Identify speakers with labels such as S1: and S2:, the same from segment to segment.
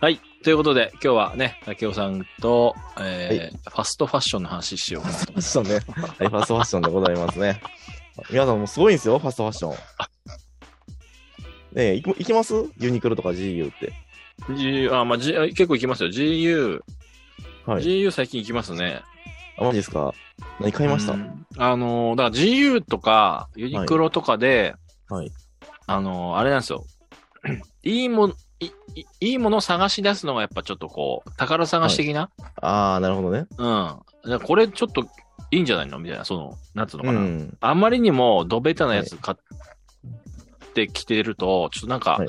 S1: はい。ということで、今日はね、竹雄さんと、えー
S2: は
S1: ファストファッションの話しようかなと
S2: ファッションね。はい、ファストファッションでございますね。皆さんもすごいんですよ、ファストファッション。ねえ、行き行きますユニクロとか GU って。
S1: G あ、まあ、G、あ結構行きますよ。GU。
S2: はい
S1: GU 最近行きますね。
S2: あ、マジですか何買いました
S1: う、んあのーだから GU とか、ユニクロとかで、
S2: はい。
S1: あのーあれなんですよ。 いいもん、いいいいものを探し出すのがやっぱちょっとこう、宝探し的な、
S2: ああ、なるほどね。
S1: うん。じゃあこれちょっといいんじゃないのみたいな、その、なんつうの
S2: う
S1: かな。
S2: ん。
S1: あまりにもどベタなやつ買ってきてると、ちょっとなんか、
S2: はい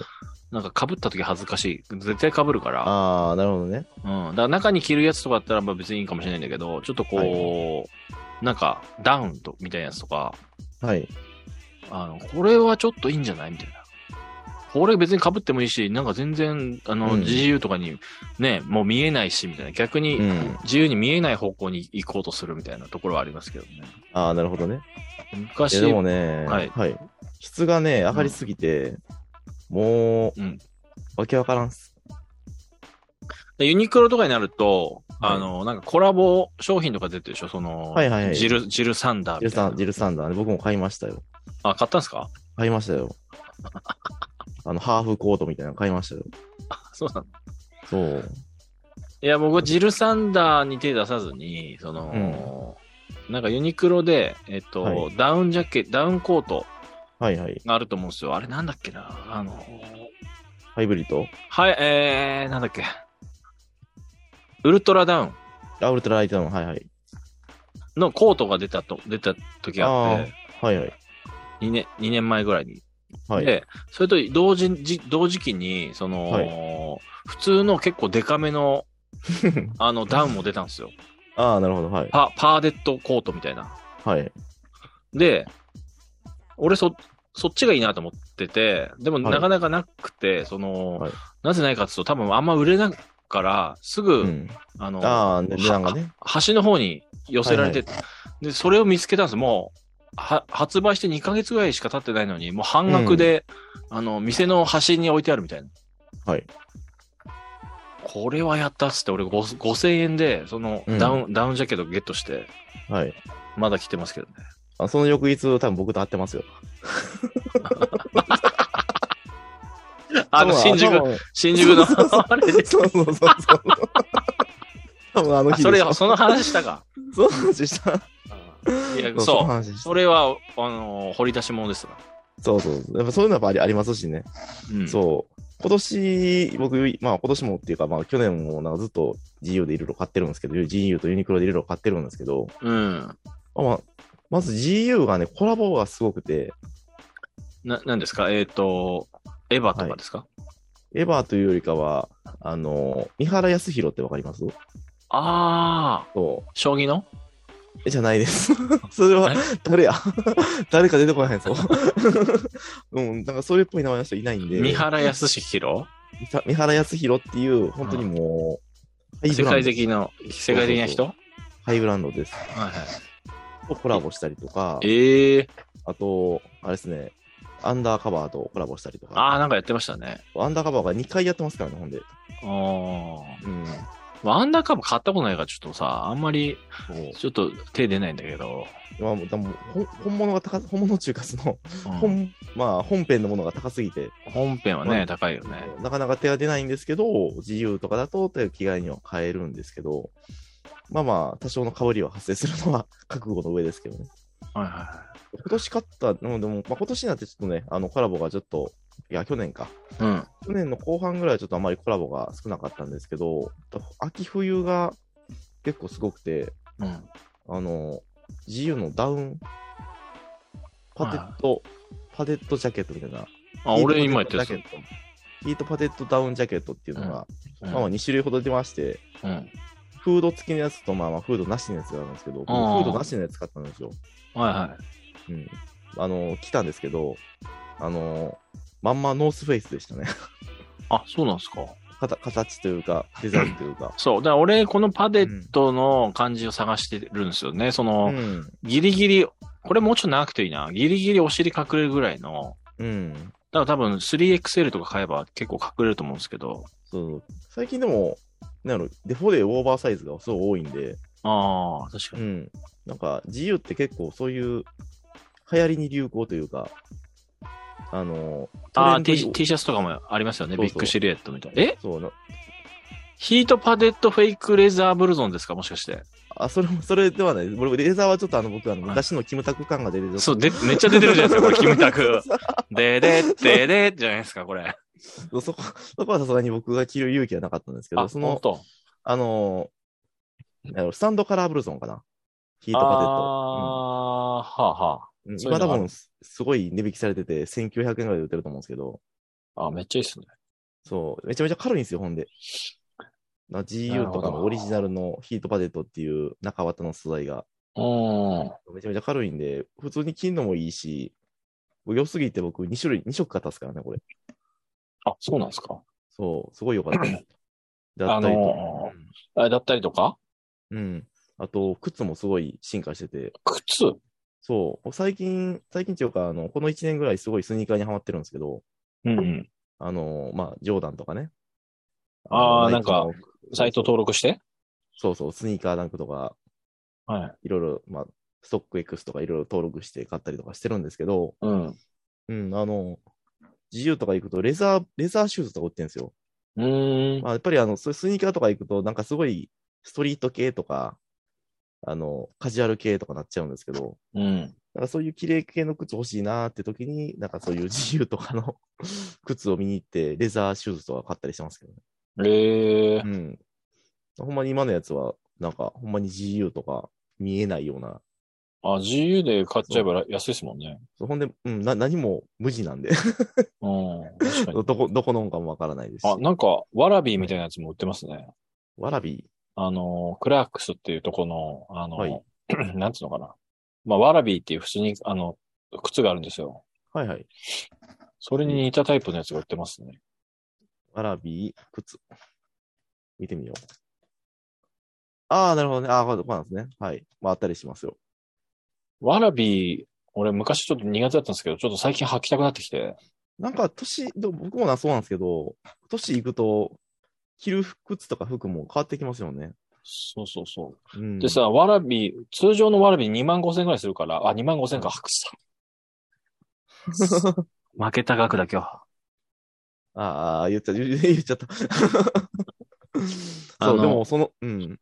S1: なんか被った時恥ずかしい。絶対被るから。
S2: ああ、なるほどね。
S1: うん。だから中に着るやつとかだったらまあ別にいいかもしれないんだけど、ちょっとこう、なんかダウンとみたいなやつとか、
S2: はい。
S1: あの、これはちょっといいんじゃないみたいな。これ別に被ってもいいし、なんか全然、あの、
S2: うん
S1: 自由とかにね、もう見えないし、みたいな。逆に
S2: うん、
S1: 自由に見えない方向に行こうとするみたいなところはありますけどね。
S2: ああ、なるほどね。い
S1: 昔
S2: や、でもね、
S1: はい
S2: 質がね、上がりすぎて、もう、
S1: うん
S2: わけわからんっす。
S1: でユニクロとかになると、
S2: はい
S1: あの、なんかコラボ商品とか出てるでしょその、
S2: はいはいはい
S1: ジル、ジルサンダー
S2: ジ
S1: み
S2: ル
S1: たい
S2: サ
S1: な。
S2: ン、ジルサンダーね。僕も買いましたよ。
S1: あ、買ったんですか
S2: 買いまし たよ。あの、ハーフコートみたいなの買いましたよ。
S1: そうなんだ。
S2: そう。
S1: いや、僕はジルサンダーに手出さずに、その、なんかユニクロで、えっと、
S2: は
S1: ダウンジャケダウンコート
S2: はいはい。
S1: があると思うんですよ。あれなんだっけなあの、
S2: ハイブリッド
S1: はい、えー、なんだっけ。ウルトラダウン
S2: あ、ウルトラライトの、はいはい。
S1: のコートが出たと、出た時があって、
S2: はいはい。
S1: 2年、2年前ぐらいに。
S2: はい。
S1: で、それと同時じ同時期に、その、
S2: は
S1: 普通の結構デカめ の、あの、ダウンも出たんですよ。
S2: ああ、なるほど。はい。
S1: パ、パーデットコートみたいな。
S2: はい。
S1: で、俺そ、そっちがいいなと思ってて、でも
S2: はい
S1: なかなかなくて、その、
S2: はい
S1: なぜないかっていうと多分あんま売れないから、すぐ、
S2: うん。
S1: あの、
S2: ああ、値段がね。
S1: 端の方に寄せられて、で、それを見つけたんです。もう、は発売して2ヶ月ぐらいしか経ってないのに、もう半額で、あの、店の端に置いてあるみたいな。
S2: はい。
S1: これはやったっつって、俺ご5000円で、その
S2: うん
S1: ダウン、ダウンジャケットゲットして、
S2: はい。
S1: まだ着てますけどね。
S2: あその翌日、多分僕と会ってますよ。
S1: あの、
S2: 多分
S1: 新宿、。新宿 の、あれで
S2: そ うそうそうそう。多分あの
S1: あ
S2: 日
S1: そ
S2: で
S1: れ
S2: しょ、。
S1: その話したか。
S2: その話した。
S1: いや、
S2: その
S1: そう。
S2: 話した
S1: それは、あの、掘り出し物ですな。
S2: そうそうそう。やっぱそういうのはやっぱありますしね。
S1: うん。
S2: そう。今年、僕、まあ今年もっていうか、まあ去年もなんかずっと GU でいろいろ買ってるんですけど、GU とユニクロでいろいろ買ってるんですけど、
S1: うん。
S2: まあまあ、まず GU がね、コラボがすごくて、
S1: な、なんですかえっ、と、エヴァとかですか、
S2: エヴァというよりかは、あの、三原康弘ってわかります
S1: ああ、
S2: そう。
S1: 将棋の
S2: えじゃないです。 それは
S1: え、
S2: 誰や 誰か出てこないぞ。 うん、なんかそれっぽい名前の人いないんで、
S1: 三原康弘
S2: みた三原康弘っていう、本当にもう、ハイブ
S1: 世
S2: ラン
S1: 界
S2: ド、
S1: 的な、世界的な人
S2: ハイブランドです。
S1: はいは
S2: とコラボしたりとか
S1: い。、ええ
S2: あと、あれですね、アンダーカバーとコラボしたりとか、
S1: ああ、なんかやってましたね。
S2: アンダーカバーが2回やってますからね、ほんで。
S1: ああ。
S2: うん。
S1: まあアンダーカブ買ったことないから、ちょっとさ、あんまり、
S2: そう
S1: ちょっと手出ないんだけど。
S2: まあ、もうでもほん本物が高す本物中華その、
S1: うん
S2: 本まあ本編のものが高すぎて、
S1: 本編は
S2: ま
S1: ね、
S2: あ
S1: 高いよね。
S2: なかなか手が出ないんですけど、自由とかだと手を着替えには変えるんですけど、まあまあ多少の被りは発生するのは 覚悟の上ですけどね。
S1: はいはいは
S2: 今年買ったのでも、まあ、今年になってちょっとね、あのコラボがちょっと、いや去年か。
S1: い。うん。
S2: 去年の後半ぐらいはちょっとあまりコラボが少なかったんですけど、秋冬が結構すごくて、
S1: うん。
S2: あの、自由のダウン、パテット、パテットジャケットみたいな。
S1: あ、俺今やってる
S2: ヒートパテットジャケットヒートパテットダウンジャケットっていうのが、
S1: うん
S2: まあまあ2種類ほど出まして、
S1: うん。
S2: フード付きのやつと、まあまあフードなしのやつがあるんですけど、僕フ
S1: あー
S2: ードなしのやつ買ったんですよ。
S1: はいはい。
S2: うん。あの、来たんですけど、あの、まんまノースフェイスでしたね。
S1: あ、そうなんですか。
S2: かた形というか、デザインというか。
S1: そう。だから俺、このパデットの感じを探してるんですよね。そうの、
S2: ん。
S1: ギリギリ、これもうちょっと長くていいな。ギリギリお尻隠れるぐらいの、
S2: うん。
S1: だから多分 3XL とか買えば結構隠れると思うんですけど。
S2: そう最近でも、なんやろ、デフォでオーバーサイズがすごい多いんで、
S1: ああ、確か
S2: う
S1: に。
S2: ん。なんか、GU って結構そういう、流行りに流行というか、あの、
S1: ああ、
S2: トレ
S1: T
S2: ンドに
S1: シャツとかもありますよね。
S2: そうそう
S1: ビッグシルエットみたいな。え
S2: そうな、
S1: ヒートパデッドフェイクレザーブルゾンですかもしかして。
S2: あ、それも、それではない。俺、レーザーはちょっとあの、僕、あの、昔のキムタク感が出てる。
S1: そう、で、めっちゃ出てるじゃない ですか、これ、キムタク。でで、でで、じゃないですか、これ。
S2: そうそこ、そこはさすがに僕が着る勇気はなかったんですけど、その、
S1: と。
S2: あのー、なんやろスタンドカラーブルゾンかな。ヒート
S1: あ
S2: パ
S1: あ
S2: テ
S1: ー、
S2: ッ
S1: はあは
S2: ト。うんうん
S1: そういう
S2: 今
S1: のが
S2: 多分、すごい値引きされてて、1900円ぐらいで売ってると思うんですけど、
S1: あ。あめっちゃいいっすね。
S2: そう、めちゃめちゃ軽いんですよ、ほんで。
S1: なる
S2: な
S1: ほ
S2: GU
S1: ど
S2: とかのオリジナルのヒートパテットっていう中綿の素材が、
S1: うん。
S2: めちゃめちゃ軽いんで、普通に着るのもいいし、良すぎて僕2種類、2色買ったっすからね、これ。
S1: あ、そうなんですか。
S2: そう、すごい良かった。 だ
S1: あ
S2: ったりと、
S1: のー、あれだったりとか
S2: うん。うんあと、靴もすごい進化してて、
S1: 靴
S2: そう、最近、最近っていうか、あの、この1年ぐらいすごいスニーカーにハマってるんですけど、
S1: うんうん。
S2: あの、まあ、ジョーダンとかね。
S1: あー
S2: の
S1: なんか、
S2: ナイキの
S1: サイト登録して
S2: そうそう、スニーカーダンクとか、
S1: はい。
S2: いろいろ、まあ、ストック X とかいろいろ登録して買ったりとかしてるんですけど、
S1: うん。う
S2: うん、あの、自由とか行くと、レザー、レザーシューズとか売ってるんですよ。
S1: ーん。
S2: まあ、やっぱりあの、そういうスニーカーとか行くと、なんかすごい、ストリート系とか、あの、カジュアル系とかなっちゃうんですけど、
S1: うん。
S2: なんかそういう綺麗系の靴欲しいなーって時に、なんかそういう自由とかの 靴を見に行って、レザーシューズとか買ったりしてますけどね。
S1: ええー
S2: う。ん。ほんまに今のやつは、なんかほんまに自由とか見えないような。
S1: あ、GU で買っちゃえば安いですもんね。
S2: そうほんで、うん、な何も無地なんで、
S1: うん。確かに
S2: ど。こ、どこのんかもわからないですし
S1: あ、。なんか、ワラビーみたいなやつも売ってますね。
S2: わらび
S1: あの、クラークスっていうとこの、あの、
S2: はい
S1: なんつうのかな。まあ、ワラビーっていう普通に、あの、靴があるんですよ。
S2: はいはい。
S1: それに似たタイプのやつが売ってますね。
S2: わらび靴。見てみよう。ああ、なるほどね。ああ、そうなんですね。はい。まあ、あったりしますよ。
S1: ワラビー、俺昔ちょっと苦手だったんですけど、ちょっと最近履きたくなってきて。
S2: なんか年、ど僕もなそうなんですけど、年行くと、着る靴とか服も変わってきますよね。
S1: そうそうそうう。
S2: ん、
S1: でさ、ワラビー、通常のワラビー2万5千ぐらいするから、あ、2万5千か、くさ。負けた額だ、今日。
S2: ああ、言っちゃった。 言言っちゃ った。
S1: あ
S2: そう、
S1: の
S2: でも、その、うん。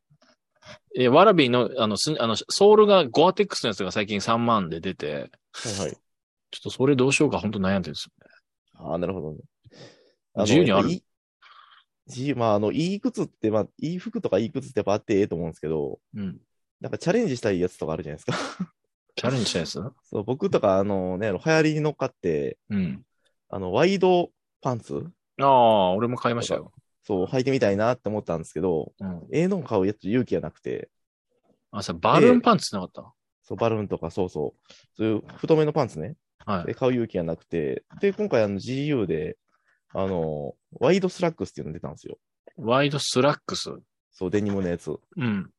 S1: え、ワラビーの、あの、すあの、ソールがゴアテックスのやつが最近3万で出て、
S2: はいはい。
S1: ちょっとそれどうしようか、本当悩んでるんですよね。
S2: ああ、なるほどね。あの
S1: 自由にある
S2: やっぱいい自由、まあ、あの、いい靴って、まあ、いい服とかいい靴ってやっぱあってええと思うんですけど、
S1: うん。
S2: なんかチャレンジしたいやつとかあるじゃないですか。
S1: チャレンジしたいです
S2: そう、僕とか、あのね、あの流行りに乗っかって、
S1: うん。
S2: あの、ワイドパンツ
S1: ああ、俺も買いましたよ。
S2: そう、履いてみたいなって思ったんですけど、
S1: うん。
S2: ええのを買うやつ勇気がなくて、
S1: あ、さ、バルーンパンツなかった、
S2: そう、バルーンとか、そうそう。そういう太めのパンツね。
S1: はい。
S2: で、買う勇気がなくて。で、今回、あの、GU で、あの、ワイドスラックスっていうの出たんですよ。
S1: ワイドスラックス。
S2: そう、デニムのやつ。
S1: うん。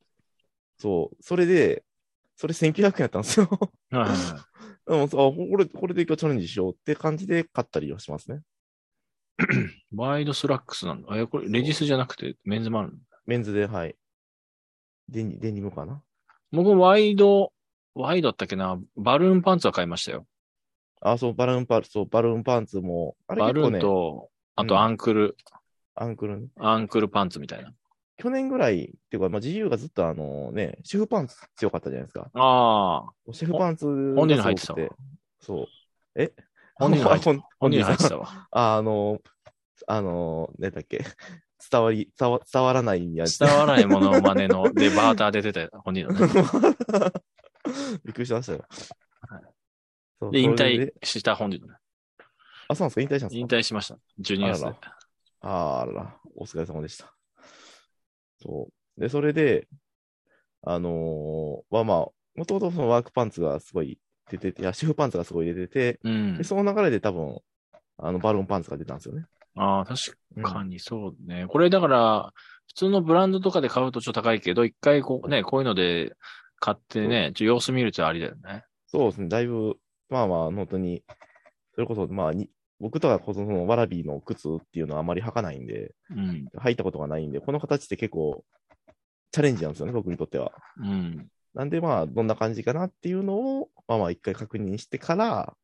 S2: そう、それで、それ1900円やったんですよ。
S1: はいはいはい。
S2: うん、そうあこれ、これで一回チャレンジしようって感じで買ったりはしますね。
S1: ワイドスラックスなんだ。え、これ、レディースじゃなくて、メンズもあるの
S2: メンズで、はい。デニデニムかな。
S1: 僕もワイド、ワイドだったっけな、バルーンパンツは買いましたよ。
S2: あ、そう、バルーンパンツ、そう、バルーンパンツも、あれ
S1: バ
S2: 結
S1: ル
S2: 構
S1: ーン
S2: ね、
S1: と、あ
S2: う
S1: と
S2: ん
S1: アンクル、
S2: アンクルね。
S1: アンクルパンツみたいな。
S2: 去年ぐらいっていうか、まあ、GU がずっとあのね、シェフパンツ強かったじゃないですか。
S1: ああ、
S2: シェフパンツがすご
S1: 本
S2: くて。
S1: 人の入ってたわ
S2: そう。え
S1: 本人の入って
S2: た。
S1: 本人入って
S2: た。
S1: た わ。
S2: ああの、あの、何だっけ。伝わり、伝わ伝わらないやつ。
S1: 伝わらないものまねのでバーターで出てた、本人の ね。
S2: びっくりしましたよ。そう
S1: で、引。
S2: それ
S1: 退
S2: で
S1: した本人のね。
S2: あ、そうなんですか引退したんです
S1: 引
S2: か
S1: 退しました。12月
S2: あ
S1: で
S2: ら。あーあらら、お疲れ様でした。そう。で、それで、あのーはまあ、もともとそのワークパンツがすごい出てて、いや、シェフパンツがすごい出てて、
S1: うん
S2: で、。その流れで多分、あの、バルーンパンツが出たんですよね。
S1: ああ、確
S2: うん
S1: かにそうね。これだから、普通のブランドとかで買うとちょっと高いけど、一回こうね、こういうので買ってね、ちょ様子見るってありだよね。
S2: そうですね、だいぶ、まあまあ、本当に、それこそ、まあ、に僕とかこのワラビーの靴っていうのはあまり履かないんで、
S1: うん。
S2: 履いたことがないんで、この形って結構チャレンジなんですよね、僕にとっては。
S1: うん。
S2: なんでまあ、どんな感じかなっていうのを、まあまあ一回確認してから、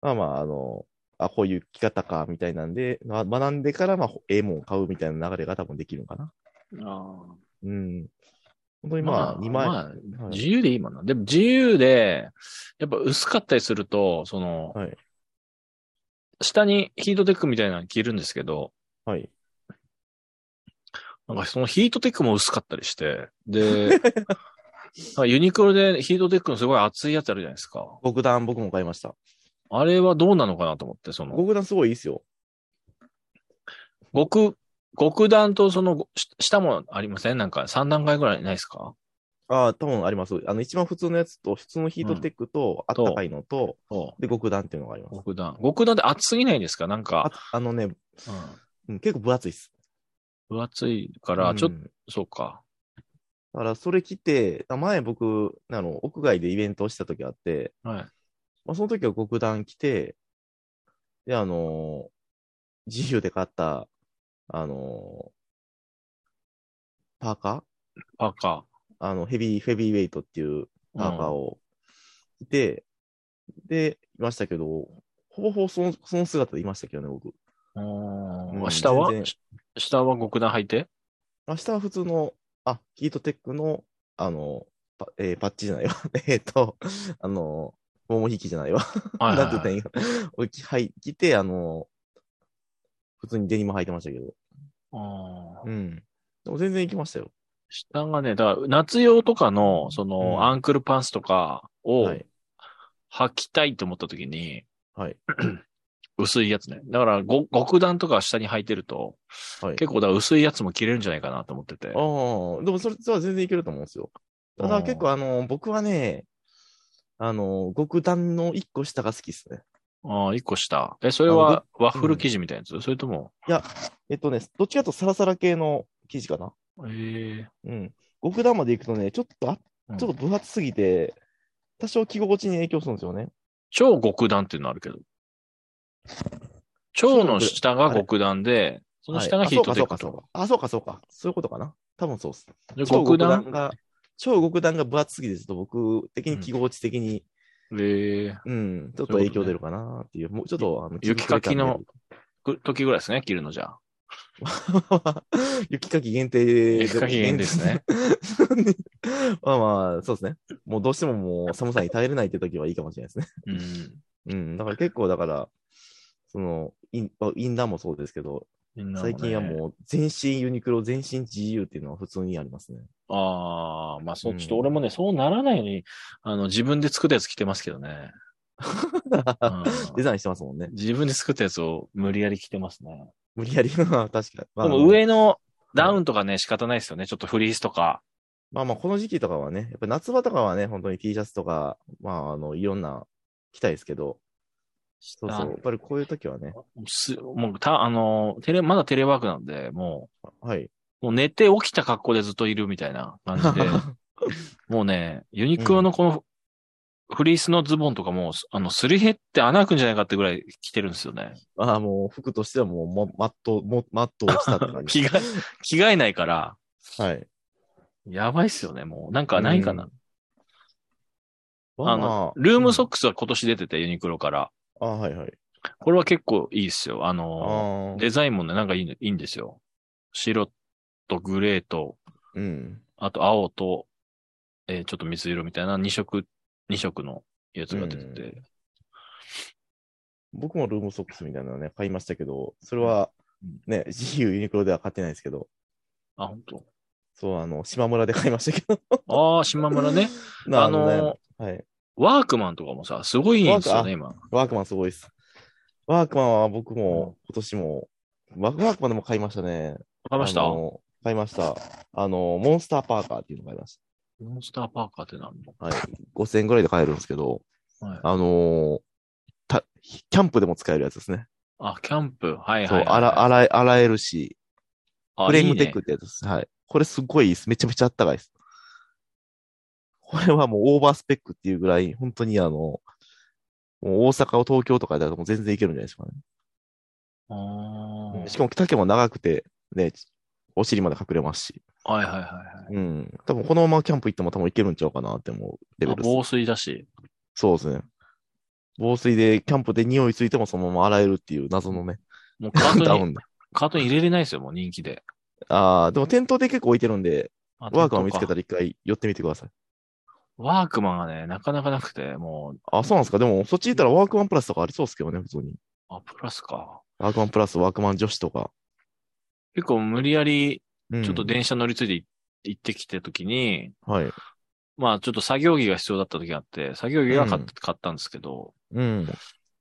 S2: まあまあ、あの、あ、こういう着方か、みたいなんで、まあ、学んでから、まあ、ええもんを買うみたいな流れが多分できるのかな。
S1: ああ。
S2: うん。本当にまあ、2枚。
S1: まあ
S2: はい
S1: 自由でいいもんな。でも自由で、やっぱ薄かったりすると、その、
S2: はい
S1: 下にヒートテックみたいなの着るんですけど、
S2: はい。
S1: なんかそのヒートテックも薄かったりして、 で、なんかユニクロでヒートテックのすごい厚いやつあるじゃないですか。
S2: 極段、僕も買いました。
S1: あれはどうなのかなと思って、その、
S2: 極段すごいいいですよ。
S1: 極、極段とその、し下もありませんなんか3段階ぐらいないですか
S2: ああ、多分あります。あの、一番普通のやつと、普通のヒートテックと、あったかいのと、
S1: そ
S2: で、極段っていうのがありま
S1: う。
S2: す。
S1: 極段。極段って厚すぎないですかなん
S2: あ
S1: か、
S2: あのね、
S1: う
S2: うん結構分厚いです。
S1: ん、分厚いから、ちょっと、
S2: うん
S1: そうか。
S2: だから、それ着て、前僕、あの、屋外でイベントをした時あって、
S1: はい。
S2: まあ、その時は極段着て、で、あのー、自由で買った、あのー、パーカ
S1: パーカ
S2: ーあの、ヘビー、ヘビーウェイトっていう
S1: ー。
S2: パーカーを着て、で、いましたけど、ほぼほぼその、その姿でいましたけどね、僕。
S1: うん
S2: うん
S1: 下は
S2: 全然
S1: し下は極段履いて
S2: 明日は普通の、あ、ヒートテックの、あの、パ,、えーパッチじゃないわ。 えっと、あの、桃引きじゃないわ。
S1: はいはい
S2: なんて言ったらいいのおきはい、着て、あの、普通にデニム履いてましたけど。
S1: あー
S2: うん。でも全然行きましたよ。
S1: 下がね、だから夏用とかの、その、
S2: うん
S1: アンクルパンツとかを
S2: はい。
S1: 履きたいと思った時に、
S2: はい。
S1: 薄いやつね。だから、ご極段とか下に履いてると、
S2: はい。
S1: 結構だから薄いやつも着れるんじゃないかなと思ってて。
S2: ああ、でもそれは全然いけると思うんですよ。た
S1: あ
S2: だ
S1: ー
S2: 結構あの、僕はね、あの、極段の一個下が好きですね。
S1: ああ、一個下。え、それ
S2: あ
S1: は
S2: の
S1: ワッフル生地みたいなやつ、それとも、
S2: えっとね、どっちかというとサラサラ系の生地かな。
S1: ええ
S2: うん。極段まで行くとね、ちょっとあ
S1: うん
S2: ちょっと分厚すぎて、多少着心地に影響するんですよね。
S1: 超極段っていうのあるけど。超の下が極段で、その下が
S2: はい
S1: ヒートテック
S2: あそう
S1: と。
S2: かそうか、そうか、そうか、そういうことかな。多分そうっす。
S1: で
S2: 超
S1: 極段
S2: 極が、超極段が分厚すぎて、ちょっと僕的に
S1: うん
S2: 着心地的に、
S1: ええ
S2: うん、ちょっと
S1: そういう
S2: 影
S1: ことね
S2: 響出るかなっていう、もうちょっと、あの、
S1: 雪かきの
S2: 着
S1: く時ぐらいですね、着るのじゃあ。
S2: 膨れ感出る、 雪かき限定で。
S1: 雪かき限定ですね。
S2: まあまあ、そうですね。もうどうしてももう寒さに耐えれないって時はいいかもしれないですね。
S1: うん。
S2: うん、だから結構、だから、その、インまあインナーもそうですけど、
S1: みんなもね
S2: 最近はもう全身ユニクロ、全身 GU っていうのは普通にあ りますね。
S1: ああ、まあそうう、
S2: ん
S1: ちょっと俺もね、そうならないように、あの、自分で作ったやつ着てますけどね。うん
S2: デザインしてますもんね。
S1: 自分で作ったやつを無理やり着てますね。
S2: 無理やり。 確かに。まあ、
S1: でも上のダウンとかね、仕方ないですよね。ちょっとフリースとか。
S2: まあまあ、この時期とかはね、やっぱ夏場とかはね、本当に T シャツとか、まあ、あの、いろんな、着たいですけど、そうそう。やっぱりこういう時はね、
S1: すもう、た、あの、テレ、まだテレワークなんで、も
S2: はい。
S1: う、もう寝て起きた格好でずっといるみたいな感じ で、もうね、ユニクロのこのフリースのズボンとかも、あの、すり減って穴開くんじゃないかってぐらい着てるんですよね。
S2: まあもう、服としてはもう、もマット、もマットをしたって感
S1: 着
S2: じ。
S1: 替え、着替えないから、
S2: はい。
S1: やばいっすよね、もう。なんかないかな。
S2: ま
S1: あ
S2: あま
S1: の
S2: あ、、
S1: ルームソ
S2: ッ
S1: ックスは今年出てて、ユニクロから。
S2: あ、はいはい。
S1: これは結構いいっすよ。あ
S2: あ
S1: の、
S2: あ。
S1: デザインもね、なんかいいのいいんですよ。白とグレーと、
S2: うん。
S1: あと青と、えーちょっと水色みたいな2色、2色のやつが出てて。
S2: 僕もルームソックスみたいなのね、買いましたけど、それは、ね、GU ユニクロでは買ってないですけど、
S1: あ、本当。
S2: そう、あの、島村で買いましたけ ど。
S1: ああ、島村ね。
S2: な
S1: あのー
S2: ねはい。
S1: ワークマンとかもさ、すごいいいんですよね、今。
S2: ワークマンすごいです。ワークマンは僕も今年も、ワワークマンでも買いましたね。
S1: 買いました、
S2: あのー買いました。あのー、モンスターパーカーっていうの買いまし
S1: モンスターパーカーってなんの
S2: た。はい。5000円ぐらいで買えるんですけど、
S1: はい
S2: あのーた、キャンプでも使えるやつですね。
S1: あ、キャンプ。はいはい、
S2: そ
S1: は
S2: う、
S1: い。
S2: 洗、洗え、洗えるし、
S1: あ
S2: フレーム
S1: いい
S2: テ
S1: ね
S2: ックってやつです。はい。これすごいいいです。めちゃめちゃあったかいです。これはもうオーバースペックっていうぐらい、本当にあの、もう大阪を東京とかだともう全然いけるんじゃないですかね。
S1: あ
S2: うん
S1: ー
S2: しかも丈も長くて、ね、お尻まで隠れますし。
S1: はいはいはいはい。
S2: うん。多分このままキャンプ行っても多分行けるんちゃうかなって思うレベ
S1: あ
S2: ルです。
S1: 防水だし。
S2: そうですね。防水で、キャンプで匂いついてもそのまま洗えるっていう謎のね、
S1: もうカー
S2: ダ
S1: ト
S2: ウ
S1: に、
S2: ンだ。
S1: カートに入れれないですよ、もう人気で。
S2: ああ、でも店頭で結構置いてるんで、
S1: あ
S2: ワークマン見つけ
S1: と
S2: たら一回寄ってみてください。
S1: ワークマンがね、なかなかなくて、もう、
S2: あ、そうなんですか。でも、そっち行ったらワークマンプラスとかありそうですけどね、普通に。
S1: あ、プラスか。
S2: ワークマンプラス、ワークマン女子とか。
S1: 結構無理やり、
S2: うん
S1: ちょっと電車乗り継いでい行ってきて時に、
S2: はい。
S1: まあちょっと作業着が必要だった時があって、作業着が買っ,、
S2: うん
S1: 買ったんですけど、
S2: うん。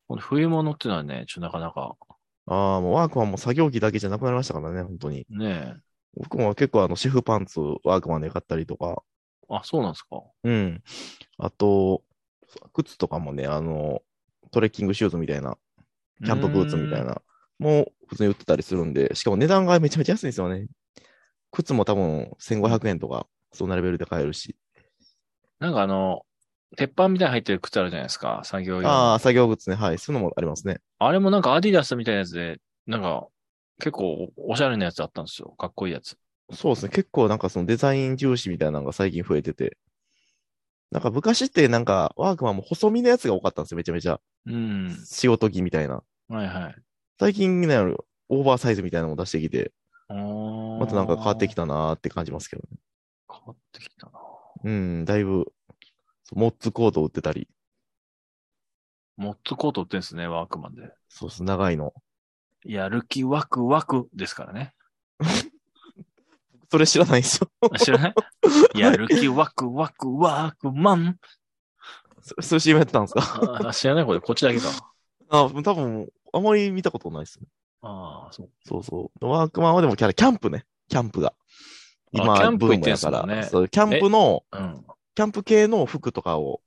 S1: この冬物っていうのはね、ちょっとなかなか、
S2: ああ、もうワークマンも作業着だけじゃなくなりましたからね、本当に。
S1: ねえ。
S2: 僕も結構あの、シェフパンツ、ワークマンで買ったりとか。
S1: あ、そうなんですか。
S2: うん。あと、靴とかもね、あの、トレッキングシューズみたいな、キャンプブーツみたい
S1: な。
S2: な、もう普通に売ってたりするんで、しかも値段がめちゃめちゃ安いんですよね。靴も多分1500円とか、そんなレベルで買えるし。
S1: なんかあの、鉄板みたいに入ってる靴あるじゃないですか、作業用の。
S2: あ
S1: あ
S2: あ、作業靴ね。はい。そういうのもありますね。
S1: れもなんかアディダスみたいなやつで、なんか、結構おしゃれなやつあったんですよ。かっこいいやつ。
S2: そうですね。結構なんかそのデザイン重視みたいなのが最近増えてて。なんか昔ってなんかワークマンも細身のやつが多かったんですよ。めちゃめちゃ。
S1: うん。
S2: 仕事着みたいな。
S1: はいはい。
S2: 最近ね、オーバーサイズみたいなのも出してきて、ま
S1: ま
S2: たなんか変わってき
S1: た。
S2: たなーって感じますけどね。
S1: 変わってきたな。
S2: うん、だいぶ、モッツコート売ってたり。
S1: モッツコート売ってんですね、ワークマンで。
S2: そうです。長いの。
S1: やる気ワクワクですからね。
S2: それ知らないんですよ。
S1: あ知らないやる気ワクワクワークマン。
S2: そそういう CM やってたんですか
S1: あ知らないこれ、こっちだけか。
S2: あ多分、あまり見たことないですね。
S1: ああ、そう。
S2: そうそう。ワークマンはでもキャラ、キャンプね。キャンプが。
S1: あ
S2: 今、
S1: キャンプ
S2: ブ
S1: 行っ
S2: ーム
S1: てん
S2: や
S1: す
S2: か
S1: も
S2: ら。
S1: んね
S2: そうキャンプの、
S1: うん。
S2: キャンプ系の服とかを、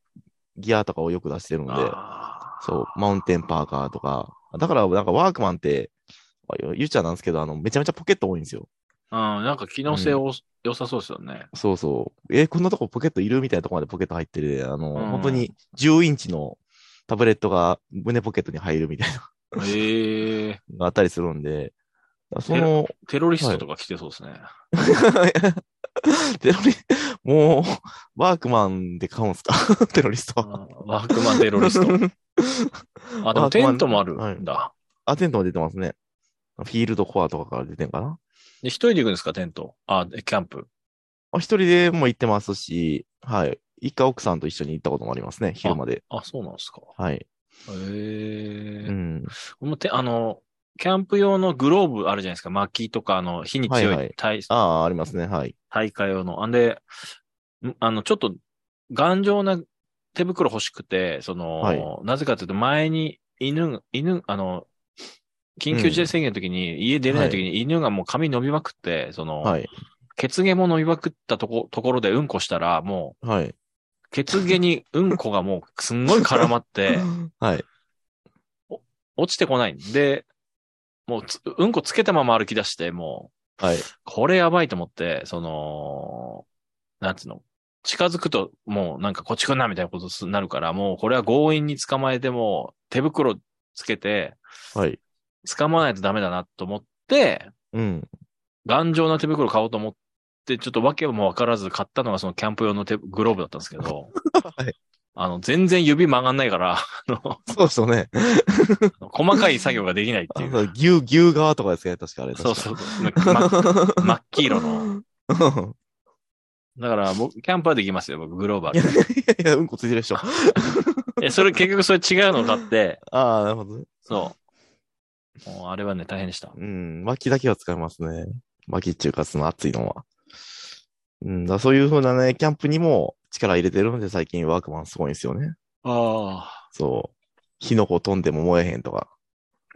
S2: ギアとかをよく出してるんで、
S1: あ
S2: そう、マウンテンパーカーとか。だから、なんかワークマンって、あ言っちゃなんですけど、あの、めちゃめちゃポケット多いんですよ。
S1: あ。うん、なんか機能性を、良さそうですよね。
S2: そうそう。えーこんなとこポケットいるみたいなとこまでポケット入ってる。あの、
S1: うん
S2: 本当に10インチのタブレットが胸ポケットに入るみたいな
S1: ええ
S2: のがあったりするんで、そ
S1: テ
S2: の、
S1: テロリストとか来てそうですね。
S2: テロリ、もう、ワークマンで買うんすか テロリストは。
S1: うんワークマンテロリスト。あ、でもテントもあるんだ。
S2: アテントも出てますね。フィールドコアとかから出てんかな。
S1: で、一人で行くんですか、テント。あ、でキャンプ。
S2: あ一人でも行ってますし、はい。一回奥さんと一緒に行ったこともありますね、昼まで。
S1: あ、そうなんですか。
S2: はい。
S1: ええ
S2: うん。
S1: もうて、あの、キャンプ用のグローブあるじゃないですか。薪とか、あの、火に強い、
S2: はいはい
S1: 大
S2: ああ、ありますね、はい。
S1: 大会用の。あんで、んあの、ちょっと頑丈な手袋欲しくて、その、
S2: はい
S1: なぜかというと前に犬が、犬、あの、緊急事態宣言の時に、家出れない時に犬がもう髪伸びまくって、その、
S2: はい。
S1: 血毛も伸びまくったとこ、ところでうんこしたら、も
S2: はい。
S1: う、血毛にうんこがもうすんごい絡まって、
S2: はい。
S1: 落ちてこないんで、もうつ、うんこつけたまま歩き出して、もう、
S2: はい。
S1: これやばいと思って、その、なんつうの、近づくともうなんかこっち来んなみたいなことすなるから、もうこれは強引に捕まえても手袋つけて
S2: はい。
S1: 捕まないとダメだなと思って、
S2: うん。
S1: 頑丈な手袋買おうと思って、ちょっとわけもわからず買ったのがそのキャンプ用の手グローブだったんですけど、
S2: はい
S1: あの、全然指曲がんないから、あの
S2: そうですよね。
S1: 細かい作業ができないって
S2: あ
S1: いう。
S2: の牛、牛側とかですかね、確かあれ。
S1: そうそ
S2: 確か
S1: う。ま真っ黄色の。
S2: うん
S1: だから、僕、キャンプはできますよ、僕、グローバ
S2: いや
S1: ル
S2: い。 やいや、うんこついてるでしょ。
S1: え、それ結局それ違うの買って、
S2: ああ、なるほどね。
S1: そう。もうあれはね、大変でした。
S2: うん、薪だけは使いますね。薪っていうか、その熱いのは。うん、だからそういう風なね、キャンプにも力入れてるので、最近ワークマンすごいんですよね。
S1: あ
S2: そう。火の粉飛んでも燃えへんとか。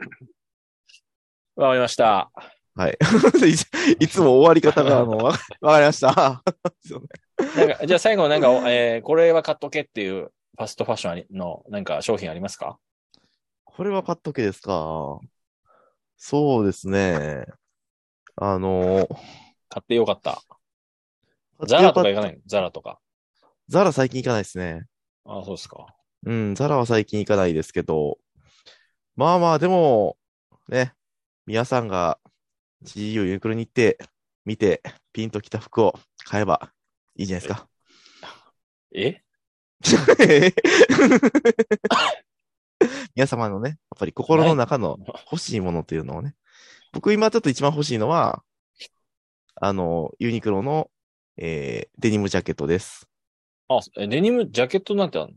S1: あ。わかりました。
S2: はい。いいつも終わり方 が、あの、わわかりました。
S1: なんか、じゃあ最後なんか、えーこれは買っとけっていう、ファストファッションありの、なんか商品ありますか
S2: これは買っとけですか。そうですね。あの、
S1: 買ってよかった。ザラとか行かないのザラとか。
S2: ザラ最近行かないですね。
S1: ああ、そうですか。
S2: うん、ザラは最近行かないですけど、まあまあ、でも、ね、皆さんが GU ユニクロに行って、見て、ピンときた服を買えばいいじゃないですか。
S1: え
S2: 皆様のね、やっぱり心の中の欲しいものというのをね。僕今ちょっと一番欲しいのは、あの、ユニクロの、えーデニムジャケットです。
S1: あ、えデニム、ジャケットなんてある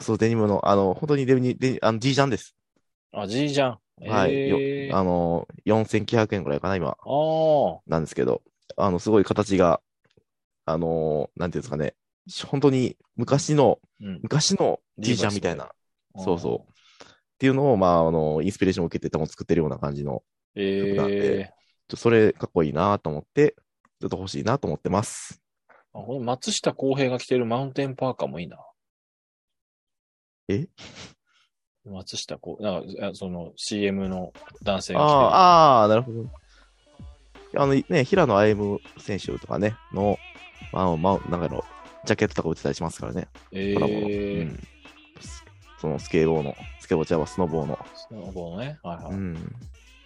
S2: そう、デニムの、あの、本当にデニデニあの、G ジャンです。
S1: のあ、G じゃん。
S2: はい。よ
S1: えー、あ
S2: あの、4900円くらいかな、今。
S1: あー。
S2: なんですけど、あの、すごい形が、あのーなんていうんですかね、本当に昔の、
S1: うん。
S2: 昔のじいちゃんみたいな、そうそう。っていうのを、まあ、あの、インスピレーションを受けて多分作ってるような感じの、
S1: う。え
S2: 曲なん
S1: ー
S2: で。ちょそれかっこいいなと思って、ちょっと欲しいなと思ってます。
S1: あこの松下洸平が着てるマウンテンパーカーもいいな。
S2: え
S1: 松下洸、なんか、あその CM の男性
S2: あ
S1: が着てる。
S2: あ、ああ、なるほど。あのね、平野歩夢選手とかね、の、まあ、まあ、なんかの、ジャケットとか売ってたりしますからね。
S1: え
S2: コラボのう
S1: ー
S2: ん、そのスケボーの、スケボーちゃうわ、スノボーの
S1: スノボのね。はいはい。
S2: うん。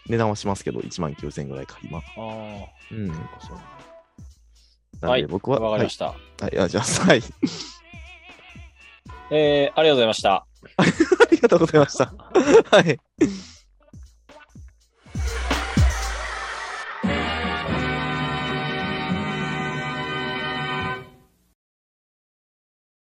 S2: 値段はしますけど、1万9000円ぐらいか、今。
S1: あ
S2: うん。
S1: あ、そう
S2: なので僕は、
S1: わかりま
S2: し
S1: した。
S2: た。はい、あ、じゃあ、はい。
S1: えー、ありがとうございました。
S2: ありがとうございました。はい。